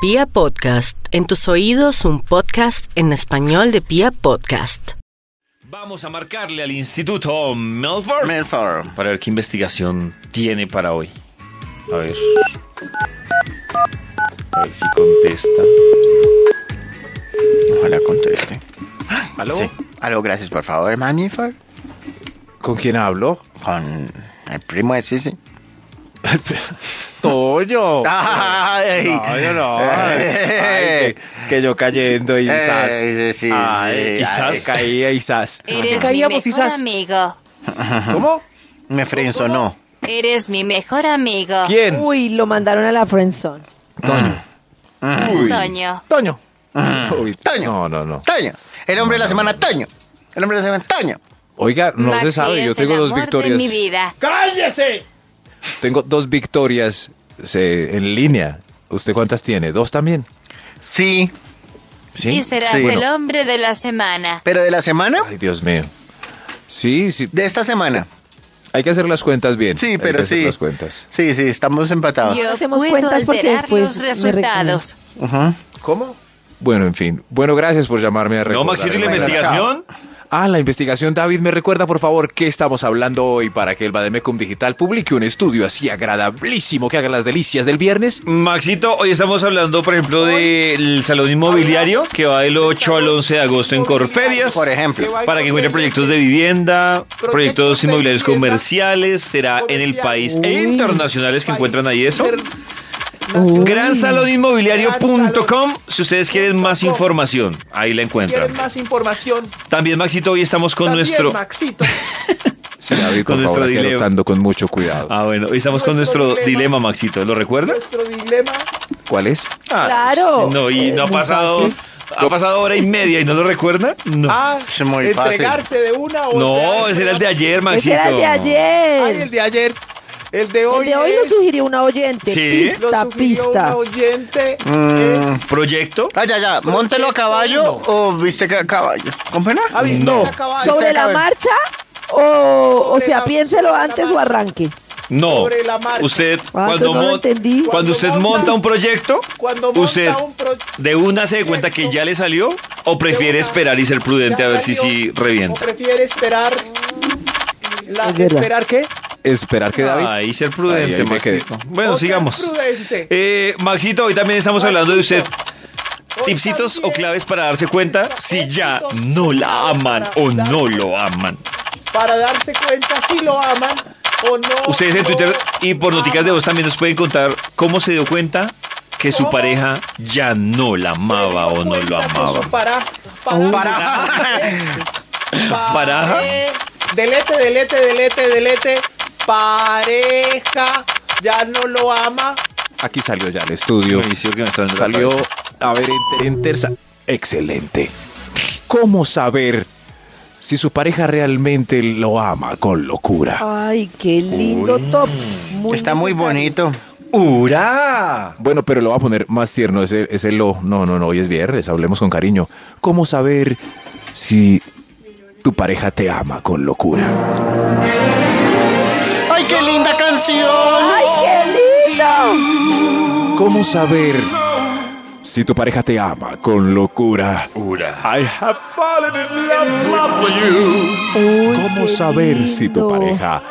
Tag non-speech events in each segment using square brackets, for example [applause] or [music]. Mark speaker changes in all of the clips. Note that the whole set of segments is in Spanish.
Speaker 1: Pia Podcast, en tus oídos un podcast en español de Pia Podcast.
Speaker 2: Vamos a marcarle al Instituto Melford
Speaker 3: Melford.
Speaker 2: para ver qué investigación tiene para hoy. A ver. A ver si contesta.
Speaker 3: Ojalá conteste.
Speaker 2: ¿Aló?
Speaker 3: Sí. Aló, gracias, por favor, Manifer.
Speaker 2: ¿Con quién hablo?
Speaker 3: Con el primo de Sisi. [laughs]
Speaker 4: Toño.
Speaker 3: Ah. ¡Ay!
Speaker 4: Oh, No, yo no. Ay,
Speaker 3: Eh.
Speaker 4: que, que yo cayendo y
Speaker 3: Eh,
Speaker 4: sas.
Speaker 3: sí, sí,
Speaker 4: Ay,
Speaker 3: sí,
Speaker 4: que
Speaker 3: ay.
Speaker 4: caía y sas.
Speaker 5: Eres mi
Speaker 4: Caíamos y
Speaker 5: mejor
Speaker 4: sas.
Speaker 5: amigo.
Speaker 4: ¿Cómo?
Speaker 3: Me frenzonó.
Speaker 5: Eres mi mejor amigo.
Speaker 4: ¿Quién?
Speaker 6: Uy, lo mandaron a la friendzone.
Speaker 4: Toño. Uy.
Speaker 5: Toño.
Speaker 4: Toño. Uy,
Speaker 3: Mm. Toño.
Speaker 4: No, no, no.
Speaker 3: Toño. El hombre de la semana, Toño. El hombre de la semana, Toño.
Speaker 4: Oiga, no
Speaker 5: Maxi
Speaker 4: se sabe. Yo
Speaker 5: es el
Speaker 4: tengo dos
Speaker 5: amor de
Speaker 4: victorias.
Speaker 5: mi vida.
Speaker 4: Tengo dos victorias eh, en línea. ¿Usted cuántas tiene? ¿Dos también?
Speaker 3: Sí,
Speaker 4: ¿Sí?
Speaker 5: Y serás
Speaker 3: Sí.
Speaker 5: Este el hombre de la semana.
Speaker 3: pero de la semana,
Speaker 4: Ay, Dios mío. Sí, sí.
Speaker 3: de esta semana.
Speaker 4: Hay que hacer las cuentas bien.
Speaker 3: Sí,
Speaker 4: Hay que
Speaker 3: pero
Speaker 4: hacer
Speaker 3: sí.
Speaker 4: las cuentas.
Speaker 3: Sí, sí, estamos empatados.
Speaker 5: Yo
Speaker 6: Hacemos
Speaker 5: puedo
Speaker 6: cuentas porque
Speaker 5: alterar
Speaker 6: después
Speaker 5: los
Speaker 6: me
Speaker 5: resultados.
Speaker 3: Ujú.
Speaker 4: ¿Cómo? Bueno, en fin. Bueno, gracias por llamarme a
Speaker 2: No,
Speaker 4: recordar
Speaker 2: Maxito, ¿y la
Speaker 4: el regalo.
Speaker 2: investigación?
Speaker 4: Ah, la investigación, David, me recuerda por favor qué estamos hablando hoy para que el Bademecum Digital publique un estudio así agradabilísimo que haga las delicias del viernes.
Speaker 2: Maxito, hoy estamos hablando, por ejemplo, del salón inmobiliario que va del 8 al 11 de agosto en Corferias.
Speaker 3: Por ejemplo.
Speaker 2: Para que encuentren proyectos de vivienda, proyectos inmobiliarios comerciales, será en el país e internacionales que encuentran ahí eso. Gransalóninmobiliario.com si ustedes quieren más información, ahí la encuentran.
Speaker 7: más información,
Speaker 2: También Maxito, hoy estamos con nuestro [laughs]
Speaker 7: Maxito.
Speaker 4: Sí, David,
Speaker 2: Con
Speaker 4: por favor,
Speaker 2: nuestro
Speaker 4: aquí
Speaker 2: dilema.
Speaker 4: anotando con mucho cuidado.
Speaker 2: Ah, bueno, hoy estamos con
Speaker 7: Nuestro
Speaker 2: nuestro
Speaker 7: dilema.
Speaker 2: dilema, Maxito, ¿lo recuerda?
Speaker 7: Nuestro dilema.
Speaker 4: ¿Cuál es?
Speaker 2: Ah,
Speaker 6: Claro.
Speaker 2: No, y
Speaker 6: Es
Speaker 2: no ha
Speaker 7: Eh,
Speaker 6: muy
Speaker 2: pasado
Speaker 6: fácil.
Speaker 2: ha pasado hora y media y no lo recuerda? No.
Speaker 7: Ah,
Speaker 3: Es muy fácil.
Speaker 7: entregarse de una o
Speaker 2: No,
Speaker 7: entregarse
Speaker 2: ese era el de
Speaker 7: otra.
Speaker 2: ayer, Maxito.
Speaker 6: Ese era el de
Speaker 7: Ay, el
Speaker 6: ayer.
Speaker 7: de ayer. El de
Speaker 6: El
Speaker 7: hoy.
Speaker 6: de hoy lo
Speaker 7: es-
Speaker 6: sugirió una oyente.
Speaker 2: Sí.
Speaker 7: lo
Speaker 6: Pista,
Speaker 7: sugirió
Speaker 6: pista.
Speaker 7: un oyente.
Speaker 3: Mm.
Speaker 7: es-
Speaker 2: ¿Proyecto?
Speaker 3: Ah, ya, ya. ¿Móntelo a caballo o viste a caballo? ¿Con pena?
Speaker 7: Ah, viste,
Speaker 2: No.
Speaker 7: la caballo.
Speaker 3: Usted
Speaker 6: ¿Sobre la
Speaker 3: acabe.
Speaker 6: marcha o, o
Speaker 7: Sobre
Speaker 6: sea,
Speaker 7: la-
Speaker 6: piénselo
Speaker 7: sobre la
Speaker 6: antes o
Speaker 7: marcha.
Speaker 6: arranque?
Speaker 2: No.
Speaker 7: Sobre la marcha.
Speaker 2: Usted
Speaker 6: Ah,
Speaker 2: cuando
Speaker 6: entonces no lo
Speaker 2: mon-
Speaker 6: entendí.
Speaker 2: cuando
Speaker 7: Cuando
Speaker 2: usted
Speaker 7: monta-
Speaker 2: monta un proyecto,
Speaker 7: Cuando monta
Speaker 2: usted
Speaker 7: un pro-
Speaker 2: de una se da cuenta que ya le salió o prefiere
Speaker 7: una-
Speaker 2: esperar y ser prudente
Speaker 7: ya
Speaker 2: a ver si
Speaker 7: salió,
Speaker 2: sí
Speaker 7: ¿O
Speaker 2: revienta.
Speaker 7: prefiere esperar? La,
Speaker 6: Es verdad.
Speaker 7: ¿Esperar qué?
Speaker 4: Esperar que David.
Speaker 2: Ahí ser prudente,
Speaker 4: Ahí, ahí me
Speaker 2: Maxito.
Speaker 4: quedé.
Speaker 2: Bueno,
Speaker 7: O ser
Speaker 2: sigamos.
Speaker 7: prudente.
Speaker 2: Eh, Maxito, hoy también estamos hablando de usted.
Speaker 7: Maxito. Hoy
Speaker 2: Tipsitos o
Speaker 7: también
Speaker 2: claves para darse cuenta si ya
Speaker 7: Tipsitos
Speaker 2: no la
Speaker 7: claves
Speaker 2: aman
Speaker 7: para
Speaker 2: o
Speaker 7: dar-
Speaker 2: no lo aman.
Speaker 7: Para darse cuenta si lo aman o no.
Speaker 2: Ustedes en
Speaker 7: lo
Speaker 2: Twitter y por noticas de
Speaker 7: aman.
Speaker 2: voz también nos pueden contar cómo se dio cuenta que su
Speaker 7: ¿Cómo?
Speaker 2: pareja ya no la amaba
Speaker 7: Se dio
Speaker 2: o no lo
Speaker 7: cuenta que
Speaker 2: amaba.
Speaker 7: su Para, para, [laughs] para,
Speaker 2: Paraja.
Speaker 7: Delete, delete, delete, delete. Pareja ya no lo ama.
Speaker 4: Aquí salió ya el estudio.
Speaker 2: Buenísimo que me está dando la
Speaker 4: Salió,
Speaker 2: cabeza.
Speaker 4: a ver, enter, enter, sa- Excelente. ¿Cómo saber si su pareja realmente lo ama con locura?
Speaker 6: Ay, qué lindo top. Muy
Speaker 3: Está muy
Speaker 6: necesario.
Speaker 3: bonito.
Speaker 2: ¡Ura!
Speaker 4: Bueno, pero lo va a poner más tierno, es el, es el lo. No, no, no, hoy es viernes, hablemos con cariño. ¿Cómo saber si tu pareja te ama con locura?
Speaker 3: ¡Ay, qué linda canción!
Speaker 6: ¡Ay, qué lindo!
Speaker 4: ¿Cómo saber si tu pareja te ama con locura?
Speaker 2: ¡Ura!
Speaker 6: Uy,
Speaker 4: ¿Cómo
Speaker 6: qué
Speaker 4: saber si tu
Speaker 6: lindo.
Speaker 4: pareja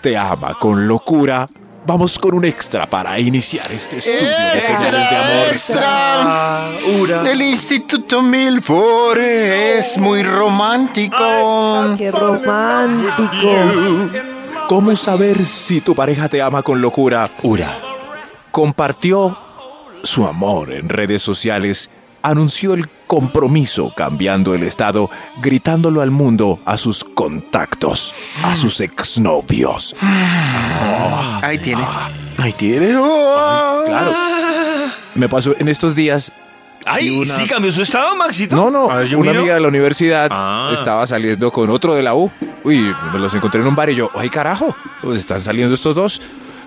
Speaker 4: te ama con locura? Vamos con un extra para iniciar este estudio de señales de
Speaker 3: Extra,
Speaker 4: amor.
Speaker 3: extra.
Speaker 2: ¡Ura!
Speaker 3: El Instituto Milford es muy romántico.
Speaker 6: ¡Qué romántico!
Speaker 4: ¿Cómo saber si tu pareja te ama con locura? Ura. Compartió su amor en redes sociales, anunció el compromiso cambiando el estado, gritándolo al mundo, a sus contactos, a sus exnovios.
Speaker 3: Ahí tiene. Ahí tiene. Oh.
Speaker 4: Claro. Me pasó en estos días.
Speaker 2: ¡Ay!
Speaker 4: y una-
Speaker 2: ¿Sí cambió su estado, Maxito?
Speaker 4: No, no,
Speaker 2: A ver, yo
Speaker 4: una
Speaker 2: miro.
Speaker 4: amiga de la universidad
Speaker 2: Ah.
Speaker 4: estaba saliendo con otro de la U. Uy, me los encontré en un bar y yo, ay carajo, pues están saliendo estos dos.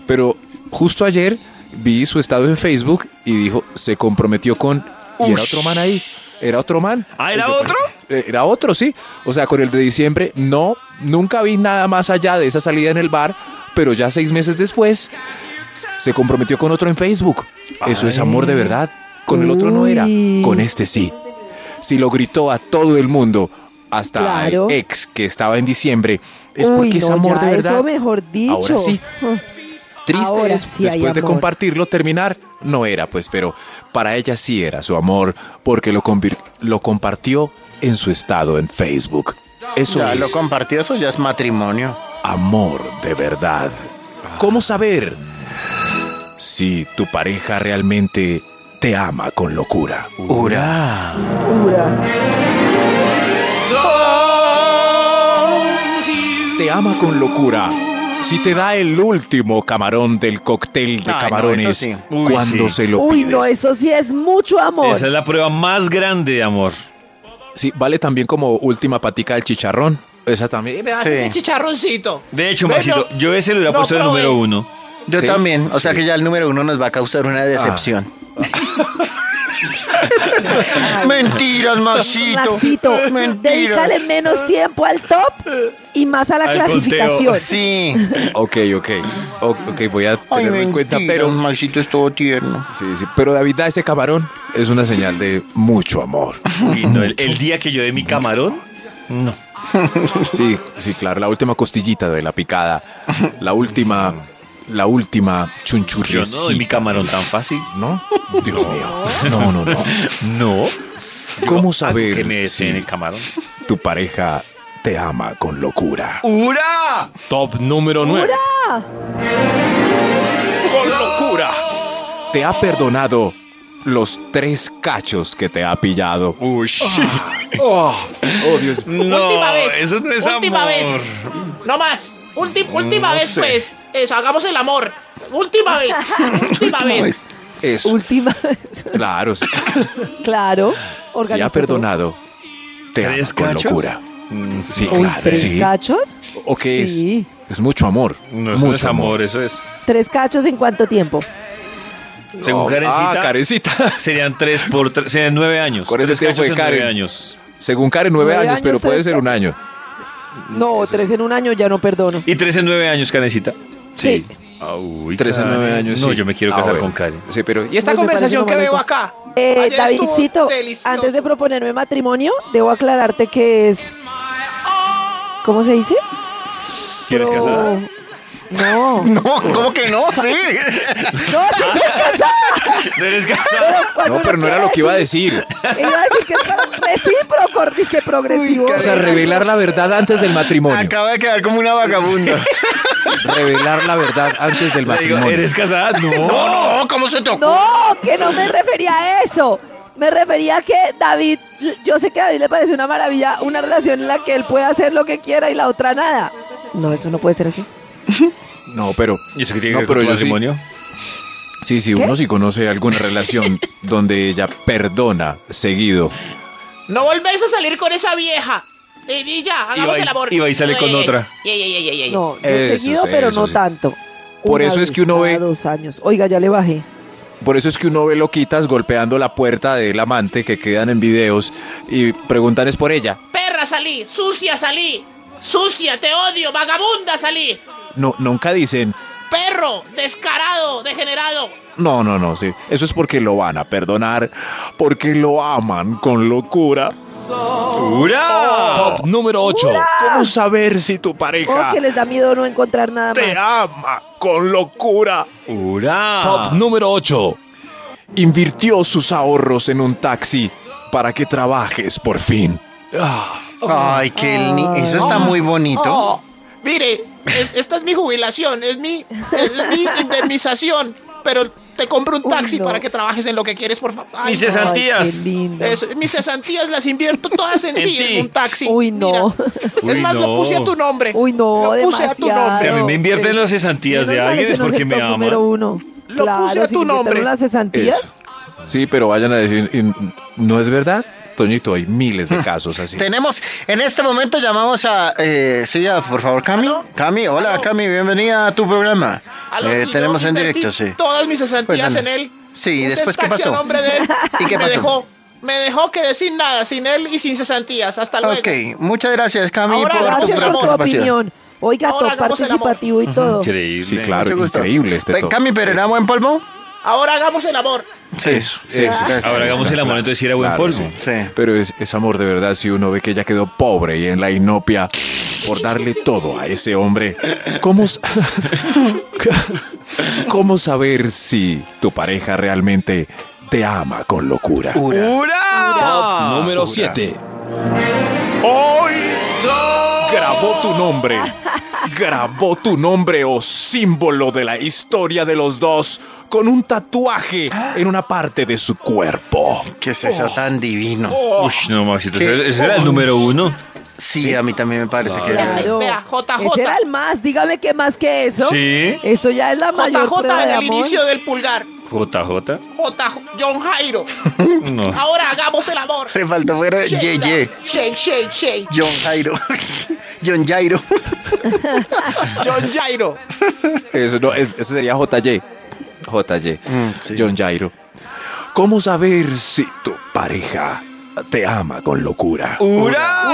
Speaker 4: Pero justo ayer vi su estado en Facebook y dijo, se comprometió con... Y era otro man ahí, era otro man.
Speaker 2: ¿Ah, era
Speaker 4: Y yo,
Speaker 2: otro?
Speaker 4: eh, Era otro, sí. O sea, con el de diciembre, no, nunca vi nada más allá de esa salida en el bar, pero ya seis meses después se comprometió con otro en Facebook. Eso es amor de verdad. Con el otro no era,
Speaker 6: Uy.
Speaker 4: con este sí. Si lo gritó a todo el mundo, hasta
Speaker 6: Claro.
Speaker 4: al ex que estaba en diciembre, es
Speaker 6: Uy,
Speaker 4: porque es
Speaker 6: no,
Speaker 4: amor
Speaker 6: ya
Speaker 4: de verdad.
Speaker 6: Eso mejor dicho. Ah.
Speaker 4: Ahora sí. Triste
Speaker 6: Ahora
Speaker 4: es,
Speaker 6: sí hay
Speaker 4: después de
Speaker 6: amor.
Speaker 4: compartirlo, terminar. No era, pues, pero para ella sí era su amor, porque lo, convir- lo compartió en su estado en Facebook. Eso
Speaker 3: Ya
Speaker 4: es
Speaker 3: lo compartió, eso ya es matrimonio.
Speaker 4: amor de verdad.
Speaker 3: Ah.
Speaker 4: ¿Cómo saber si tu pareja realmente te ama con locura?
Speaker 3: Ura.
Speaker 6: Ura.
Speaker 4: Te ama con locura. Si te da el último camarón del cóctel de
Speaker 3: Ay, no,
Speaker 4: camarones
Speaker 3: eso sí.
Speaker 2: Uy,
Speaker 4: cuando
Speaker 2: sí.
Speaker 4: se lo
Speaker 6: Uy,
Speaker 4: pides.
Speaker 6: no, eso sí es mucho amor.
Speaker 2: Esa es la prueba más grande de amor.
Speaker 4: Sí, vale también como última patica del chicharrón. Esa también.
Speaker 3: Sí.
Speaker 7: chicharroncito.
Speaker 2: De hecho,
Speaker 7: Bueno,
Speaker 2: Maxito, yo ese lo hubiera
Speaker 7: no
Speaker 2: puesto de
Speaker 7: probé.
Speaker 2: número uno.
Speaker 3: Yo
Speaker 4: Sí,
Speaker 3: también, o sea
Speaker 4: sí.
Speaker 3: que ya el número uno nos va a causar una decepción. Mentiras, Maxito.
Speaker 4: [laughs]
Speaker 6: Maxito,
Speaker 3: Mentiras.
Speaker 6: dedícale menos tiempo al top y más a la
Speaker 2: Al
Speaker 6: clasificación.
Speaker 3: Sí.
Speaker 4: Ok, ok. O- Ok, voy a
Speaker 3: Ay,
Speaker 4: tenerlo en cuenta,
Speaker 3: mentiras,
Speaker 4: pero.
Speaker 3: Maxito es todo tierno.
Speaker 4: Sí, sí, pero David, da ese camarón es una señal de mucho amor.
Speaker 2: Uy, no, el, el día que yo dé mi camarón, no.
Speaker 4: Sí, sí, claro, la última costillita de la picada. La última, la
Speaker 2: Yo no
Speaker 4: última
Speaker 2: doy mi
Speaker 4: chunchurriecita,
Speaker 2: camarón tan fácil.
Speaker 4: ¿no? Dios mío. No,
Speaker 2: [laughs]
Speaker 4: no, no.
Speaker 2: No.
Speaker 4: ¿Cómo
Speaker 2: que me
Speaker 4: saber
Speaker 2: deseen
Speaker 4: si
Speaker 2: el camarón?
Speaker 4: tu pareja te ama con locura?
Speaker 2: ¡Ura!
Speaker 8: Top número 9.
Speaker 4: ¡Con locura! Te ha perdonado los tres cachos que te ha pillado.
Speaker 2: Uy.
Speaker 4: Oh, oh, Dios.
Speaker 2: No,
Speaker 7: Ah. Última vez.
Speaker 2: eso no es
Speaker 7: Última
Speaker 2: amor.
Speaker 7: vez. No más. Ulti- última
Speaker 2: No
Speaker 7: vez,
Speaker 2: sé.
Speaker 7: pues. Eso, hagamos el amor. Última vez. última vez.
Speaker 4: Eso,
Speaker 6: Última [laughs] vez.
Speaker 4: claro. sí.
Speaker 6: Claro.
Speaker 4: Si ha
Speaker 6: organizó
Speaker 4: perdonado, te ama
Speaker 2: ¿Tres
Speaker 4: con
Speaker 2: cachos? Mm,
Speaker 4: locura. Sí,
Speaker 6: todo. Uy,
Speaker 4: claro.
Speaker 6: tres
Speaker 4: sí.
Speaker 6: cachos.
Speaker 4: ¿O qué es?
Speaker 6: Sí.
Speaker 4: Es mucho amor.
Speaker 2: No, eso
Speaker 4: mucho
Speaker 2: no es amor, eso es.
Speaker 6: Tres cachos en cuánto tiempo.
Speaker 2: Según
Speaker 4: Oh,
Speaker 2: Karencita,
Speaker 4: Ah, Karencita. [laughs]
Speaker 2: serían tres por tres, serían nueve años.
Speaker 4: Con ese
Speaker 2: tres
Speaker 4: tiempo
Speaker 2: cachos
Speaker 4: de
Speaker 2: en nueve
Speaker 4: Karen.
Speaker 2: años.
Speaker 4: Según Karen, nueve,
Speaker 6: Nueve
Speaker 4: años,
Speaker 6: años,
Speaker 4: pero puede
Speaker 6: tres
Speaker 4: ser un año.
Speaker 6: No, tres en un año ya no perdono.
Speaker 2: Y tres en nueve años, Karencita.
Speaker 6: Sí.
Speaker 2: Ah, uy,
Speaker 4: Tres en
Speaker 2: Karen.
Speaker 4: nueve años.
Speaker 2: No,
Speaker 4: sí.
Speaker 2: yo me quiero
Speaker 4: Ah,
Speaker 2: casar
Speaker 4: bueno.
Speaker 2: con Karen.
Speaker 4: Sí, pero.
Speaker 7: ¿Y esta
Speaker 6: Uy, me
Speaker 7: conversación
Speaker 6: parece
Speaker 7: que veo
Speaker 6: bonito.
Speaker 7: acá?
Speaker 6: Eh,
Speaker 7: Ayer estuvo
Speaker 6: Davidcito,
Speaker 7: delicioso.
Speaker 6: antes de proponerme matrimonio, debo aclararte que es. ¿Cómo se dice?
Speaker 2: ¿Quieres
Speaker 6: Pro-
Speaker 2: casar?
Speaker 6: No.
Speaker 3: [laughs] No, ¿cómo que no? Sí.
Speaker 4: [laughs]
Speaker 6: No, sí soy casada.
Speaker 2: ¿No eres casada?
Speaker 4: Ah. No, pero no era lo que iba a decir.
Speaker 6: Iba a decir que es pro- recíproco, es que progresivo.
Speaker 3: Uy,
Speaker 4: O sea, revelar la verdad antes del matrimonio.
Speaker 3: Acaba de quedar como una [laughs] vagabunda.
Speaker 4: Revelar la verdad antes del
Speaker 2: Le digo,
Speaker 4: matrimonio.
Speaker 2: ¿eres casada? No.
Speaker 3: Oh, No, no, ¿cómo se tocó?
Speaker 6: No, que no me refería a eso. Me refería a que David, yo sé que a David le parece una maravilla una relación en la que él puede hacer lo que quiera y la otra nada. No, eso no puede ser así.
Speaker 4: No, pero.
Speaker 2: ¿Y eso qué tiene
Speaker 4: no,
Speaker 2: que ver con tu
Speaker 4: yo sí-
Speaker 2: matrimonio?
Speaker 4: Sí, sí, uno sí conoce alguna [laughs] relación donde ella perdona seguido.
Speaker 7: No volvéis a salir con esa vieja. Y, y ya, hagamos
Speaker 2: va y-
Speaker 7: el amor.
Speaker 2: y va y sale
Speaker 7: Ey,
Speaker 2: con
Speaker 7: ey,
Speaker 2: otra.
Speaker 7: ey, ey, ey, ey, ey.
Speaker 6: No, no
Speaker 4: Eso
Speaker 6: seguido,
Speaker 4: sí,
Speaker 6: pero
Speaker 4: eso
Speaker 6: no
Speaker 4: sí.
Speaker 6: tanto.
Speaker 4: Por
Speaker 6: Una
Speaker 4: eso es
Speaker 6: vez
Speaker 4: que uno
Speaker 6: cada
Speaker 4: ve-
Speaker 6: dos años. Oiga, ya le bajé.
Speaker 4: Por eso es que uno ve loquitas golpeando la puerta del amante que quedan en videos y preguntan es por ella.
Speaker 7: Perra salí, sucia salí, sucia, te odio, vagabunda salí.
Speaker 4: No, nunca dicen,
Speaker 7: Perro, descarado, degenerado.
Speaker 4: No, no, no, sí. Eso es porque lo van a perdonar, porque lo aman con locura.
Speaker 2: ¡Ura!
Speaker 8: Top número 8.
Speaker 4: ¿Cómo saber si tu
Speaker 6: Oh,
Speaker 4: pareja
Speaker 6: que les da miedo no encontrar nada
Speaker 4: te
Speaker 6: más.
Speaker 4: ama con locura?
Speaker 2: ¡Ura!
Speaker 8: Ah. Top número 8.
Speaker 4: Invirtió sus ahorros en un taxi para que trabajes por fin. Ah,
Speaker 3: Ay, qué ni- eso está muy bonito.
Speaker 7: Oh, mire, es- esta es mi jubilación, es mi,
Speaker 3: [laughs]
Speaker 7: es mi indemnización, pero te compro un
Speaker 6: Uy,
Speaker 7: taxi
Speaker 6: no.
Speaker 7: para que trabajes en lo que quieres, por favor.
Speaker 2: Mis
Speaker 6: Ay,
Speaker 2: cesantías.
Speaker 6: qué lindo.
Speaker 7: Eso, mis cesantías las invierto todas en
Speaker 2: [laughs] En
Speaker 7: ti,
Speaker 2: ti.
Speaker 7: en un taxi.
Speaker 6: Uy, no.
Speaker 7: Mira,
Speaker 2: Uy,
Speaker 7: es más,
Speaker 2: no.
Speaker 7: lo puse a tu nombre.
Speaker 6: Uy, no,
Speaker 7: Lo puse a tu
Speaker 6: demasiado.
Speaker 7: nombre.
Speaker 2: Si a mí me invierten las cesantías de
Speaker 6: Menos mal
Speaker 2: alguien
Speaker 6: ese
Speaker 2: es
Speaker 6: no
Speaker 2: porque
Speaker 6: el
Speaker 2: me
Speaker 6: top
Speaker 2: aman.
Speaker 6: número uno.
Speaker 7: Lo
Speaker 6: claro,
Speaker 7: puse a
Speaker 6: si
Speaker 7: tu
Speaker 6: me
Speaker 7: nombre.
Speaker 6: invitaron las cesantías.
Speaker 4: eso. Sí, pero vayan a decir, y- ¿no es verdad? Toñito, hay miles de casos así.
Speaker 3: Tenemos, en este momento llamamos a, eh, sí, a- por favor, Cami. Cami, hola,
Speaker 7: ¿Aló?
Speaker 3: Cami, bienvenida a tu programa.
Speaker 7: A los
Speaker 3: Eh,
Speaker 7: que
Speaker 3: tenemos
Speaker 7: yo
Speaker 3: en
Speaker 7: invertí
Speaker 3: directo, sí.
Speaker 7: Todas mis cesantías
Speaker 3: Cuéntame.
Speaker 7: en él.
Speaker 3: Sí, ¿y
Speaker 7: Puse
Speaker 3: después
Speaker 7: el
Speaker 3: qué
Speaker 7: taxi a
Speaker 3: pasó?
Speaker 7: nombre de él,
Speaker 3: [laughs] ¿Y qué
Speaker 7: me
Speaker 3: pasó?
Speaker 7: Dejó, me dejó quedé sin nada, sin él y sin cesantías. Hasta luego.
Speaker 3: Ok, muchas gracias, Cami,
Speaker 7: Ahora,
Speaker 3: por tu
Speaker 6: Gracias por tu
Speaker 3: participación.
Speaker 6: opinión. Oiga,
Speaker 7: Ahora
Speaker 6: top
Speaker 7: hagamos el amor.
Speaker 6: participativo y todo.
Speaker 2: Increíble.
Speaker 4: Sí, claro,
Speaker 3: Mucho gusto.
Speaker 4: increíble este
Speaker 3: Pe-
Speaker 4: top.
Speaker 3: Cami, ¿pero era buen polvo?
Speaker 7: Ahora hagamos el amor.
Speaker 3: Sí,
Speaker 4: Eso,
Speaker 3: sí,
Speaker 4: eso.
Speaker 3: sí,
Speaker 2: Ahora
Speaker 3: sí,
Speaker 2: hagamos
Speaker 3: sí.
Speaker 2: el amor, entonces si era buen
Speaker 4: Claro,
Speaker 2: polvo.
Speaker 4: sí.
Speaker 3: Sí.
Speaker 4: Pero es, es amor de verdad si uno ve que ella quedó pobre y en la inopia por darle todo a ese hombre. ¿Cómo, sa- [laughs] ¿Cómo saber si tu pareja realmente te ama con locura?
Speaker 2: ¡Ura!
Speaker 8: Número 7.
Speaker 4: Hoy grabó tu nombre. Grabó tu nombre o símbolo de la historia de los dos con un tatuaje en una parte de su cuerpo.
Speaker 3: ¿Qué es eso tan divino?
Speaker 2: Ush, no, Maxito,
Speaker 3: Qué
Speaker 2: ese ese era el número uno.
Speaker 3: Sí, a mí también me parece que
Speaker 7: Este,
Speaker 6: Claro.
Speaker 7: vea, JJ.
Speaker 6: Ese era el más, dígame qué más que eso.
Speaker 2: Sí.
Speaker 6: Eso ya es la mayor
Speaker 7: JJ
Speaker 6: prueba
Speaker 7: en
Speaker 6: de
Speaker 7: el
Speaker 6: amor.
Speaker 7: inicio del pulgar.
Speaker 2: JJ.
Speaker 7: JJ, John Jairo.
Speaker 2: No.
Speaker 7: Ahora hagamos
Speaker 2: [laughs]
Speaker 7: el amor.
Speaker 3: Le faltó fuera Ye
Speaker 7: Sheila.
Speaker 3: Ye.
Speaker 7: Shake, shake, shake.
Speaker 3: John Jairo. [laughs] John Jairo.
Speaker 7: [laughs] John Jairo.
Speaker 4: Eso, no, es- eso sería JY. JY.
Speaker 3: Mm, sí.
Speaker 4: John Jairo. ¿Cómo saber si tu pareja te ama con locura?
Speaker 2: ¡Ura!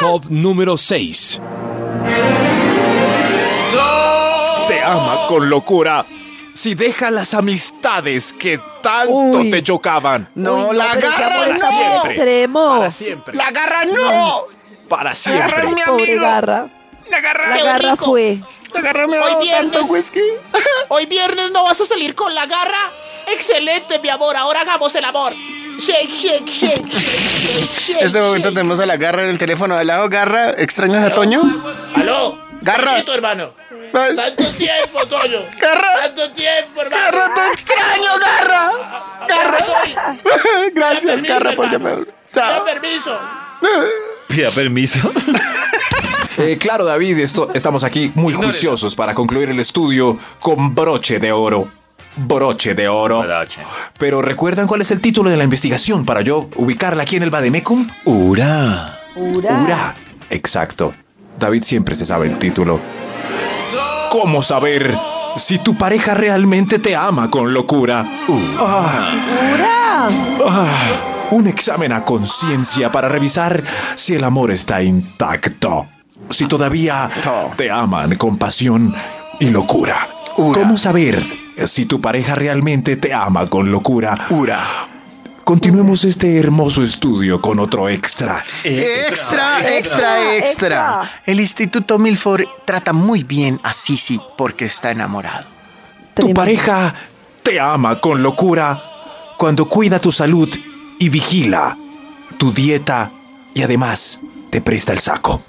Speaker 8: Top número 6.
Speaker 4: Te ama con locura. Si deja las amistades que tanto
Speaker 6: Uy.
Speaker 4: te chocaban
Speaker 6: Uy, No,
Speaker 7: la
Speaker 6: pero ese amor
Speaker 7: agarran
Speaker 6: está muy
Speaker 7: siempre.
Speaker 6: extremo.
Speaker 4: siempre.
Speaker 7: La garra no.
Speaker 4: para siempre.
Speaker 6: [laughs]
Speaker 7: Agárrenme. Mi
Speaker 6: Pobre
Speaker 7: amigo.
Speaker 6: garra.
Speaker 7: La garra,
Speaker 6: La
Speaker 7: qué
Speaker 6: garra
Speaker 7: rico.
Speaker 6: fue.
Speaker 3: Agárrame
Speaker 7: Hoy viernes.
Speaker 3: tanto whisky.
Speaker 7: Hoy viernes no vas a salir con la garra. Excelente, mi amor. Ahora hagamos el amor. Shake, shake, shake, shake, shake, shake.
Speaker 3: En este momento
Speaker 7: shake.
Speaker 3: tenemos a la garra en el teléfono. Al lado, garra. ¿Extrañas a Toño?
Speaker 7: Aló.
Speaker 3: Garra.
Speaker 7: Tanto, hermano.
Speaker 3: Ay,
Speaker 7: Tanto tiempo, Toño.
Speaker 3: Garra.
Speaker 7: Tanto tiempo, hermano.
Speaker 3: Garra, te extraño, garra. [laughs]
Speaker 7: Garra. soy.
Speaker 3: Gracias, garra, por llamar.
Speaker 7: Con
Speaker 3: Chao.
Speaker 7: permiso.
Speaker 2: Pida
Speaker 4: [laughs]
Speaker 2: permiso.
Speaker 4: Eh, claro, David, esto, estamos aquí muy juiciosos para concluir el estudio con broche de oro. Broche de oro. Pero ¿recuerdan cuál es el título de la investigación para yo ubicarla aquí en el Bademecum? Ura.
Speaker 6: Ura.
Speaker 4: Ura. Exacto. David siempre se sabe el título. ¿Cómo saber si tu pareja realmente te ama con locura? Ah.
Speaker 6: Ura.
Speaker 4: Ah, un examen a conciencia para revisar si el amor está intacto. Si todavía te aman con pasión y locura.
Speaker 3: Ura.
Speaker 4: ¿Cómo saber si tu pareja realmente te ama con locura? Continuemos este hermoso estudio con otro extra.
Speaker 3: Extra, extra, extra.
Speaker 6: extra.
Speaker 3: El Instituto Milford trata muy bien a Sisi porque está enamorado.
Speaker 4: Tu
Speaker 6: Tremendo.
Speaker 4: pareja te ama con locura cuando cuida tu salud y vigila tu dieta y además te presta el saco.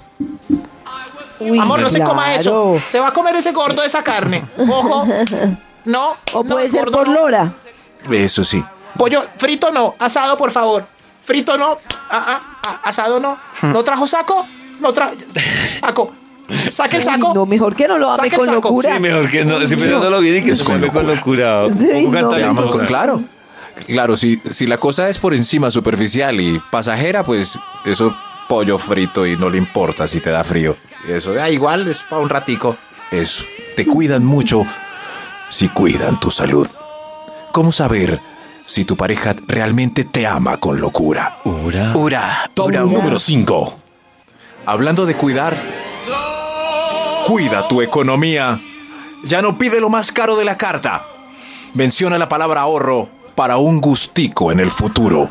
Speaker 6: Uy,
Speaker 7: Amor, no se coma
Speaker 6: claro.
Speaker 7: eso. Se va a comer ese gordo esa carne.
Speaker 6: [laughs]
Speaker 7: Ojo. No.
Speaker 6: O
Speaker 7: no,
Speaker 6: puede ser
Speaker 7: gordo
Speaker 6: por
Speaker 7: no.
Speaker 6: Lora.
Speaker 4: Eso sí.
Speaker 7: Pollo, frito no. Asado, por favor. Frito no. Ah, ah, ah, asado no. ¿No trajo saco? No trajo. Saco. Saque el
Speaker 6: Uy,
Speaker 7: saco.
Speaker 6: no, mejor que no lo ame
Speaker 7: Saque el
Speaker 6: con
Speaker 7: saco.
Speaker 6: locura.
Speaker 2: Sí, mejor que no. Siempre no lo viene y que
Speaker 4: Es
Speaker 2: se
Speaker 4: con
Speaker 2: vuelve con locura.
Speaker 6: Sí,
Speaker 2: Un poco
Speaker 6: no.
Speaker 4: Te aman
Speaker 2: talentosa.
Speaker 4: con- claro. Claro, si, si la cosa es por encima superficial y pasajera, pues eso pollo frito y no le importa si te da frío. Eso, ah, igual es para un ratico. Eso. Te cuidan mucho si cuidan tu salud. ¿Cómo saber si tu pareja realmente te ama con locura?
Speaker 3: Ura,
Speaker 8: Top
Speaker 3: ura, ura.
Speaker 8: número 5.
Speaker 4: Hablando de cuidar, cuida tu economía. Ya no pide lo más caro de la carta. Menciona la palabra ahorro para un gustico en el futuro.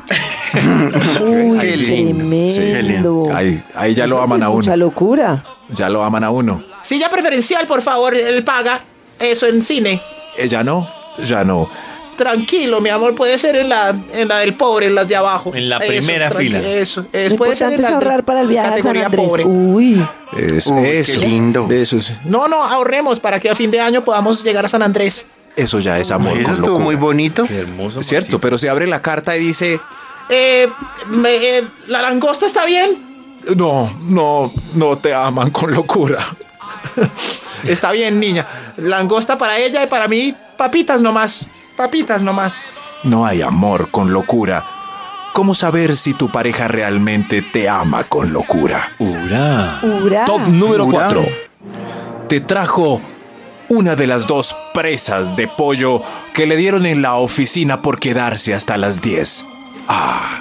Speaker 6: Uy,
Speaker 3: Qué
Speaker 6: tremendo.
Speaker 3: lindo. Sí, qué lindo.
Speaker 4: Ahí, ahí ya lo
Speaker 6: Eso sí
Speaker 4: aman
Speaker 6: es
Speaker 4: a
Speaker 6: Mucha
Speaker 4: uno.
Speaker 6: locura.
Speaker 4: Ya lo aman a uno.
Speaker 7: Silla preferencial, por favor. Él paga eso en cine.
Speaker 4: Ella no, ya no.
Speaker 7: Tranquilo, mi amor. Puede ser en la, en la del pobre, en las de abajo.
Speaker 2: En la
Speaker 7: Eso,
Speaker 2: primera
Speaker 7: tranqui-
Speaker 2: fila.
Speaker 7: Eso. es-
Speaker 6: Lo
Speaker 7: puede ser
Speaker 6: importante
Speaker 7: en
Speaker 6: es
Speaker 7: las de
Speaker 6: ahorrar para el viaje a San
Speaker 7: categoría
Speaker 6: Andrés.
Speaker 7: pobre.
Speaker 6: Uy,
Speaker 4: Es,
Speaker 3: Uy, qué lindo.
Speaker 4: Eso, es-
Speaker 7: No, no, ahorremos para que a fin de año podamos llegar a San Andrés.
Speaker 4: eso ya es amor.
Speaker 3: Eso
Speaker 4: con
Speaker 3: estuvo
Speaker 4: locura.
Speaker 3: muy bonito.
Speaker 2: Qué hermoso.
Speaker 4: Cierto, pero se abre la carta y dice,
Speaker 7: Eh, me- eh, ¿La langosta está bien?
Speaker 4: no, no, no te aman con locura.
Speaker 7: Está bien, niña. Langosta para ella y para mí, papitas nomás. Papitas nomás.
Speaker 4: No hay amor con locura. ¿Cómo saber si tu pareja realmente te ama con locura?
Speaker 2: Ura.
Speaker 6: ura.
Speaker 8: Top número 4.
Speaker 4: Te trajo una de las dos presas de pollo que le dieron en la oficina por quedarse hasta las 10. Ah,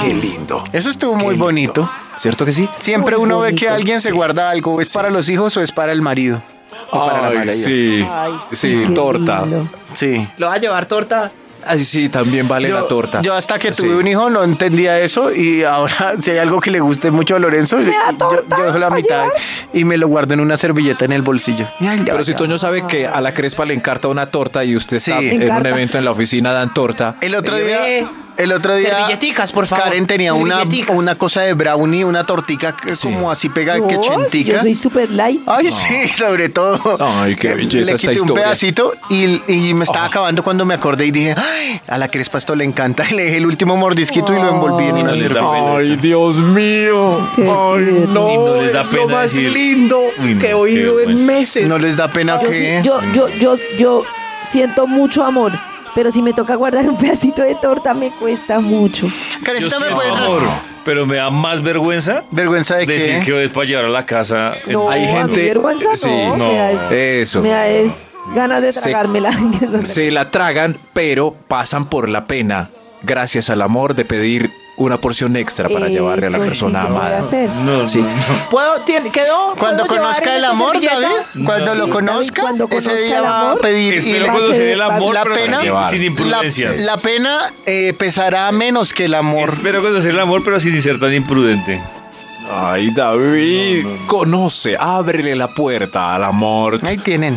Speaker 4: qué lindo.
Speaker 3: Eso estuvo
Speaker 4: Qué
Speaker 3: muy
Speaker 4: lindo.
Speaker 3: bonito.
Speaker 4: ¿Cierto que sí?
Speaker 3: Siempre
Speaker 6: Muy
Speaker 3: uno ve
Speaker 6: bonito,
Speaker 3: que alguien se
Speaker 4: sí.
Speaker 3: guarda algo, es para los hijos o es para el marido. o para la
Speaker 4: Ay,
Speaker 3: María.
Speaker 4: sí.
Speaker 7: Ay,
Speaker 4: sí,
Speaker 6: Qué
Speaker 4: torta.
Speaker 6: lindo.
Speaker 3: Sí.
Speaker 7: Lo va a llevar torta.
Speaker 4: Ay, sí, también vale la torta.
Speaker 3: yo hasta que
Speaker 4: Sí.
Speaker 3: tuve un hijo no entendía eso y ahora [laughs] si hay algo que le guste mucho a Lorenzo, yo,
Speaker 6: da torta
Speaker 3: yo dejo la
Speaker 6: pa'
Speaker 3: mitad
Speaker 6: llevar?
Speaker 3: y me lo guardo en una servilleta en el bolsillo. Y ahí le va,
Speaker 4: Pero si
Speaker 3: ya.
Speaker 4: Toño sabe que a la Crespa le encarta una torta y usted está
Speaker 3: Sí.
Speaker 4: en un
Speaker 6: Encarta.
Speaker 4: evento en la oficina dan torta.
Speaker 3: El otro
Speaker 4: Y yo,
Speaker 3: día,
Speaker 4: "Eh,
Speaker 3: el otro día,
Speaker 7: Servilleticas, por favor,
Speaker 3: Karen tenía una,
Speaker 7: servilleticas.
Speaker 3: una cosa de brownie, una tortica que es
Speaker 4: Sí.
Speaker 3: como así pega
Speaker 6: Dios,
Speaker 3: que
Speaker 6: Yo
Speaker 3: chentica.
Speaker 6: soy super light.
Speaker 3: Ay, sí, sobre todo.
Speaker 4: Ay, qué belleza
Speaker 3: Le
Speaker 4: esta
Speaker 3: quité un
Speaker 4: historia.
Speaker 3: pedacito y, y me estaba acabando cuando me acordé y dije, ay, a la crespa esto le encanta. [laughs] Y le dejé el último mordisquito y lo envolví en una
Speaker 2: Ay,
Speaker 3: servilleta.
Speaker 4: Ay, Dios mío.
Speaker 6: Qué
Speaker 4: Ay,
Speaker 2: Y
Speaker 6: tierno.
Speaker 2: no
Speaker 4: no.
Speaker 2: les da
Speaker 4: es
Speaker 2: pena
Speaker 4: lo más
Speaker 2: decir-
Speaker 4: lindo.
Speaker 2: Uy, no,
Speaker 7: que he
Speaker 2: qué
Speaker 7: oído en
Speaker 2: vergüenza.
Speaker 7: meses.
Speaker 3: No les da pena
Speaker 6: Yo,
Speaker 3: que...
Speaker 6: sí- yo, yo, yo, yo siento mucho amor, pero si me toca guardar [laughs] un pedacito de torta me cuesta mucho.
Speaker 2: Yo
Speaker 3: Carecita, me
Speaker 2: siento
Speaker 3: puede
Speaker 2: amor, pero me da más vergüenza
Speaker 3: ¿Vergüenza de
Speaker 2: decir
Speaker 3: qué?
Speaker 2: que es para llevar a la casa.
Speaker 6: No,
Speaker 4: Eh, Hay
Speaker 6: a mí
Speaker 4: gente-
Speaker 6: vergüenza no,
Speaker 4: sí,
Speaker 2: no,
Speaker 6: me da es,
Speaker 4: Eso.
Speaker 6: me da es ganas de
Speaker 4: Se-
Speaker 6: tragármela. [laughs] que es lo que-
Speaker 4: Se la tragan, pero pasan por la pena gracias al amor de pedir una porción extra para
Speaker 6: Eso
Speaker 4: llevarle a la
Speaker 6: sí
Speaker 4: persona
Speaker 6: se puede
Speaker 4: amada.
Speaker 6: hacer.
Speaker 2: No,
Speaker 4: Sí.
Speaker 7: ¿Puedo? ¿Tiene- ¿Quedó?
Speaker 3: Cuando
Speaker 7: ¿Puedo llevar
Speaker 3: conozca
Speaker 7: en
Speaker 3: el
Speaker 7: esta
Speaker 3: amor,
Speaker 7: servilleta?
Speaker 3: David, cuando
Speaker 2: Sí,
Speaker 3: lo
Speaker 6: David,
Speaker 3: conozca,
Speaker 6: cuando conozca
Speaker 3: ese día
Speaker 6: el
Speaker 3: va a
Speaker 6: amor,
Speaker 3: pedir...
Speaker 2: Espero
Speaker 3: la-
Speaker 2: conocer
Speaker 6: ser-
Speaker 2: el amor,
Speaker 3: la
Speaker 2: pero
Speaker 3: pena-
Speaker 2: sin
Speaker 3: la,
Speaker 2: imprudencias.
Speaker 3: la pena eh, pesará menos que el amor.
Speaker 2: Espero conocer el amor, pero sin ser tan imprudente.
Speaker 4: Ay, David, conoce, ábrele la puerta al amor.
Speaker 3: Ahí tienen.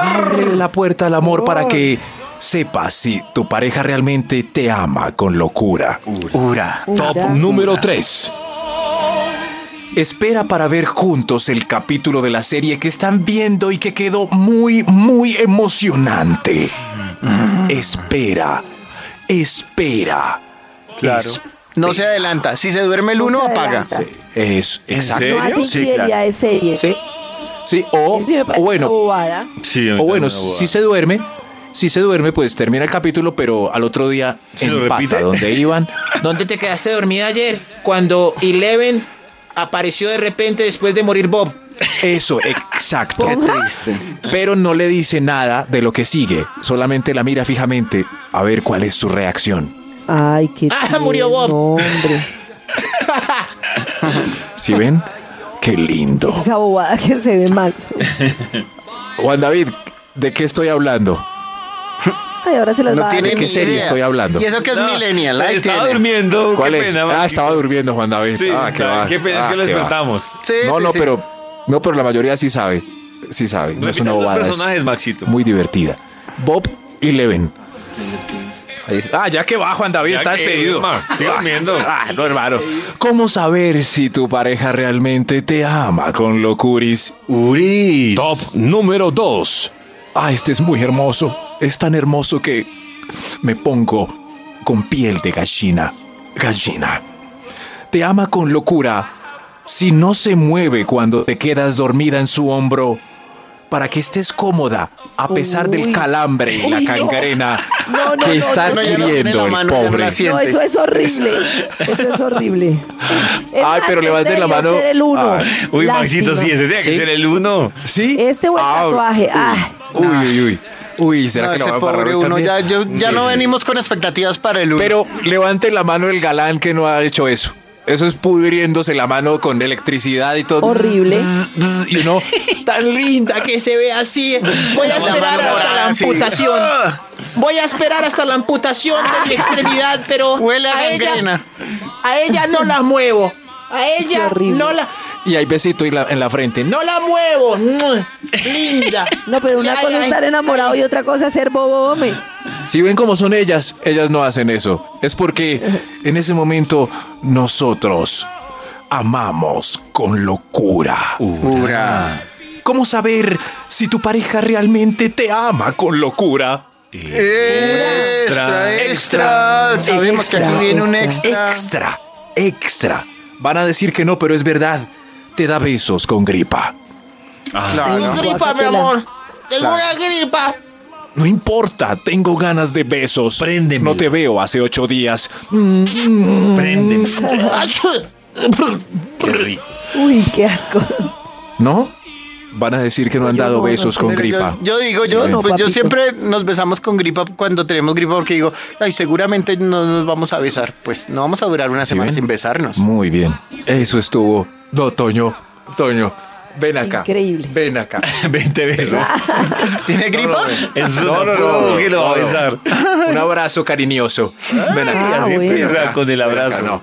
Speaker 4: Ábrele la puerta al amor para que sepas si tu pareja realmente te ama con locura.
Speaker 3: Ura.
Speaker 8: Top
Speaker 6: Mira.
Speaker 8: número 3.
Speaker 4: Espera para ver juntos el capítulo de la serie que están viendo y que quedó muy, muy emocionante. Espera, espera. Es,
Speaker 3: No se adelanta. Si se duerme el
Speaker 6: No
Speaker 3: uno,
Speaker 6: se
Speaker 3: apaga.
Speaker 6: adelanta.
Speaker 4: es- exacto.
Speaker 2: serio?
Speaker 6: No hace
Speaker 3: Sí, claro.
Speaker 6: infidelidades serias.
Speaker 4: Sí. Sí, o,
Speaker 6: Eso sí ¿Ah, me parece
Speaker 4: o bueno,
Speaker 6: una bobada.
Speaker 2: Sí, a mí
Speaker 4: o bueno,
Speaker 2: también me
Speaker 4: si se duerme, si se duerme, pues termina el capítulo, pero al otro día
Speaker 2: ¿Se lo repite?
Speaker 4: empata
Speaker 2: [laughs]
Speaker 4: donde iban.
Speaker 7: ¿Dónde te quedaste dormida ayer? Cuando Eleven apareció de repente después de morir Bob.
Speaker 4: Eso, exacto.
Speaker 3: Qué triste.
Speaker 4: Pero no le dice nada de lo que sigue, solamente la mira fijamente a ver cuál es su reacción.
Speaker 6: Ay, qué
Speaker 7: Ah, murió Bob.
Speaker 6: tierno, hombre.
Speaker 4: [laughs] ¿Sí ven? Qué lindo.
Speaker 6: Esa bobada que se ve Max.
Speaker 4: Juan David, ¿de qué estoy hablando?
Speaker 6: Ay, ahora se las va
Speaker 3: No
Speaker 6: a dar.
Speaker 3: tiene
Speaker 4: ¿De qué
Speaker 3: ni
Speaker 4: serie
Speaker 3: idea.
Speaker 4: estoy hablando?
Speaker 3: Y eso que es
Speaker 2: No,
Speaker 3: millennial. Ahí
Speaker 2: estaba
Speaker 3: tiene.
Speaker 2: durmiendo.
Speaker 4: ¿Cuál
Speaker 2: qué
Speaker 4: es?
Speaker 2: pena,
Speaker 4: ah,
Speaker 2: Maxi.
Speaker 4: estaba durmiendo Juan David.
Speaker 2: Sí,
Speaker 4: ah, qué
Speaker 2: está-
Speaker 4: va.
Speaker 2: qué pena, es
Speaker 4: Ah,
Speaker 2: que lo
Speaker 4: qué va.
Speaker 2: despertamos.
Speaker 3: Sí,
Speaker 4: No,
Speaker 3: sí,
Speaker 4: no,
Speaker 3: sí.
Speaker 4: pero no, pero la mayoría sí sabe. Sí sabe, no es
Speaker 2: Repitan
Speaker 4: una
Speaker 2: los
Speaker 4: bobada. es
Speaker 2: personajes, Maxito.
Speaker 4: muy divertida. Bob y Leven. Ahí está. Ah, ya que va, Juan David,
Speaker 2: Ya
Speaker 4: está
Speaker 2: que,
Speaker 4: despedido.
Speaker 2: ma, sigue
Speaker 4: Ah,
Speaker 2: durmiendo.
Speaker 4: Ah, no, hermano. ¿Cómo saber si tu pareja realmente te ama con locuris?
Speaker 2: Uri.
Speaker 8: Top número 2.
Speaker 4: Ah, este es muy hermoso. Es tan hermoso que me pongo con piel de gallina. Gallina. Te ama con locura. Si no se mueve cuando te quedas dormida en su hombro, para que estés cómoda a pesar del
Speaker 6: Uy.
Speaker 4: calambre y la
Speaker 6: Uy, no.
Speaker 4: cangrena
Speaker 6: No, no,
Speaker 4: que
Speaker 6: no,
Speaker 4: está
Speaker 6: no, no, ya no
Speaker 3: tiene la
Speaker 4: adquiriendo el
Speaker 3: mano, ya no la
Speaker 4: pobre.
Speaker 3: siente.
Speaker 6: No, eso es horrible. Eso es horrible.
Speaker 4: [laughs]
Speaker 6: Es
Speaker 4: Ay, pero
Speaker 6: más,
Speaker 4: levante
Speaker 6: este
Speaker 4: la
Speaker 6: debió
Speaker 4: mano.
Speaker 6: ser el uno.
Speaker 4: Ay,
Speaker 2: Uy,
Speaker 6: Lástima.
Speaker 2: Maxito, sí, ese tiene que
Speaker 4: Sí.
Speaker 2: ser el uno.
Speaker 4: ¿Sí?
Speaker 6: Este buen
Speaker 4: Ah,
Speaker 6: tatuaje. Ah,
Speaker 4: Uy, uy, uy. Uy, ¿será
Speaker 3: No,
Speaker 4: que lo
Speaker 3: ese
Speaker 4: va a
Speaker 3: pobre
Speaker 4: embarrar hoy
Speaker 3: uno,
Speaker 4: también?
Speaker 3: ya, yo- ya
Speaker 2: Sí,
Speaker 3: no
Speaker 2: sí.
Speaker 3: venimos con expectativas para el uno.
Speaker 4: Pero levante la mano el galán que no ha hecho eso. Eso es pudriéndose la mano con electricidad y todo.
Speaker 6: Horrible.
Speaker 4: Y no, tan lindo.
Speaker 7: Linda que se ve así. Voy a
Speaker 3: La
Speaker 7: esperar
Speaker 3: mano
Speaker 7: hasta la
Speaker 3: morada, sí.
Speaker 7: amputación.
Speaker 3: [laughs] Ah.
Speaker 7: Voy a esperar hasta la amputación de mi extremidad, pero
Speaker 3: Huele a gangrena.
Speaker 7: ella, a ella no la muevo. A
Speaker 6: Qué
Speaker 7: ella
Speaker 6: horrible.
Speaker 7: no la,
Speaker 4: Y hay besito y la- en la frente. No,
Speaker 7: no la muevo. [laughs] Mm, Linda.
Speaker 6: no, pero una
Speaker 7: Ay,
Speaker 6: cosa es
Speaker 7: ay,
Speaker 6: estar enamorado y otra cosa es ser bobo hombre.
Speaker 4: si ven cómo son ellas, ellas no hacen eso. Es porque en ese momento nosotros amamos con locura.
Speaker 3: Ura.
Speaker 4: ¿Cómo saber si tu pareja realmente te ama con locura?
Speaker 3: Extra,
Speaker 4: Extra,
Speaker 3: extra. Sabemos que
Speaker 6: extra,
Speaker 3: aquí viene un
Speaker 6: extra.
Speaker 3: extra.
Speaker 4: Extra, extra. Van a decir que no, pero es verdad. Te da besos con gripa.
Speaker 3: Claro.
Speaker 7: Tengo gripa, mi
Speaker 6: Guácatela.
Speaker 7: amor. Tengo una gripa.
Speaker 4: No importa, tengo ganas de besos.
Speaker 2: Préndeme.
Speaker 4: No te veo hace ocho días.
Speaker 2: Prende.
Speaker 7: Achú.
Speaker 2: Qué rico.
Speaker 6: Uy,
Speaker 4: [laughs]
Speaker 6: qué asco.
Speaker 4: ¿No? Van a decir que no han
Speaker 6: Yo
Speaker 4: dado
Speaker 6: no,
Speaker 4: besos
Speaker 6: no,
Speaker 4: con
Speaker 3: Pero yo-
Speaker 4: gripa.
Speaker 3: Yo, digo, yo,
Speaker 6: no,
Speaker 3: pues yo
Speaker 6: papito.
Speaker 3: siempre nos besamos con gripa cuando tenemos gripa porque digo, ay, seguramente no nos vamos a besar. Pues no vamos a durar una semana
Speaker 4: ven?
Speaker 3: sin besarnos.
Speaker 4: Muy bien. Eso estuvo. No, Toño. Toño. Ven acá.
Speaker 6: Increíble.
Speaker 4: Ven
Speaker 2: [laughs]
Speaker 4: acá. [laughs]
Speaker 2: 20 besos.
Speaker 3: ¿Tiene gripa?
Speaker 2: Eso no, no, no, que lo va a besar.
Speaker 4: Un abrazo cariñoso. Ven aquí,
Speaker 6: Ah,
Speaker 4: así
Speaker 6: bueno.
Speaker 4: empieza.
Speaker 2: Con el
Speaker 4: Ven acá,
Speaker 2: abrazo.
Speaker 4: no.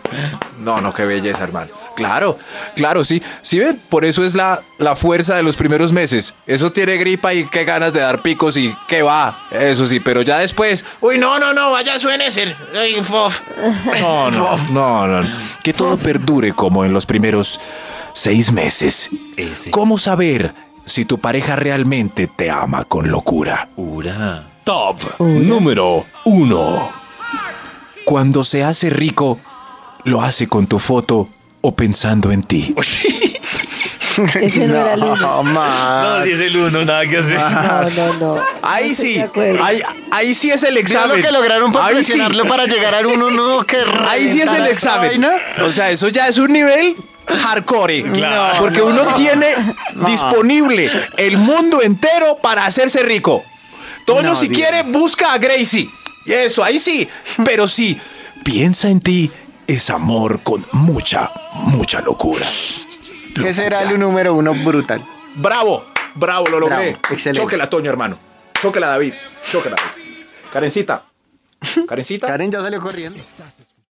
Speaker 4: no, no, qué belleza, hermano. Claro, claro, sí. Sí, ven, por eso es la, la fuerza de los primeros meses. Eso tiene gripa y qué ganas de dar picos y qué va. Eso sí, pero ya después.
Speaker 7: Uy, no, no, no, vaya, suene ese. Ay, fof.
Speaker 4: No, no, no, no. Que todo perdure como en los primeros seis meses.
Speaker 2: Ese.
Speaker 4: ¿Cómo saber si tu pareja realmente te ama con locura?
Speaker 2: Ura.
Speaker 8: Top número 1.
Speaker 4: Cuando se hace rico, lo hace con tu foto o pensando en ti.
Speaker 6: Ese no, era el uno.
Speaker 2: No,
Speaker 3: más.
Speaker 2: si es el uno, nada que
Speaker 4: Ah.
Speaker 2: hacer.
Speaker 6: No, no, no. No
Speaker 4: Ahí
Speaker 6: estoy
Speaker 4: sí,
Speaker 6: de acuerdo.
Speaker 4: ahí, ahí sí es el
Speaker 3: Ya lo
Speaker 4: examen.
Speaker 3: que lograron para
Speaker 4: ahí sí,
Speaker 3: presionarlo para llegar al uno,
Speaker 4: [laughs]
Speaker 3: no, que
Speaker 4: ahí sí es el examen. O sea, eso ya es un nivel hardcore.
Speaker 2: Claro.
Speaker 4: porque uno tiene disponible el mundo entero para hacerse rico. Tono,
Speaker 3: No,
Speaker 4: si
Speaker 3: Dios.
Speaker 4: quiere, busca a Gracie. Y Eso, ahí sí. Pero sí, piensa en ti, es amor con mucha, mucha locura.
Speaker 3: Ese era el número uno brutal.
Speaker 4: Bravo, bravo, lo logré.
Speaker 3: Bravo, excelente.
Speaker 4: Chóquela, Toño, hermano.
Speaker 3: [laughs]
Speaker 4: Chóquela, David. Chóquela. David. Karencita. Karencita.
Speaker 3: Karen ya salió corriendo.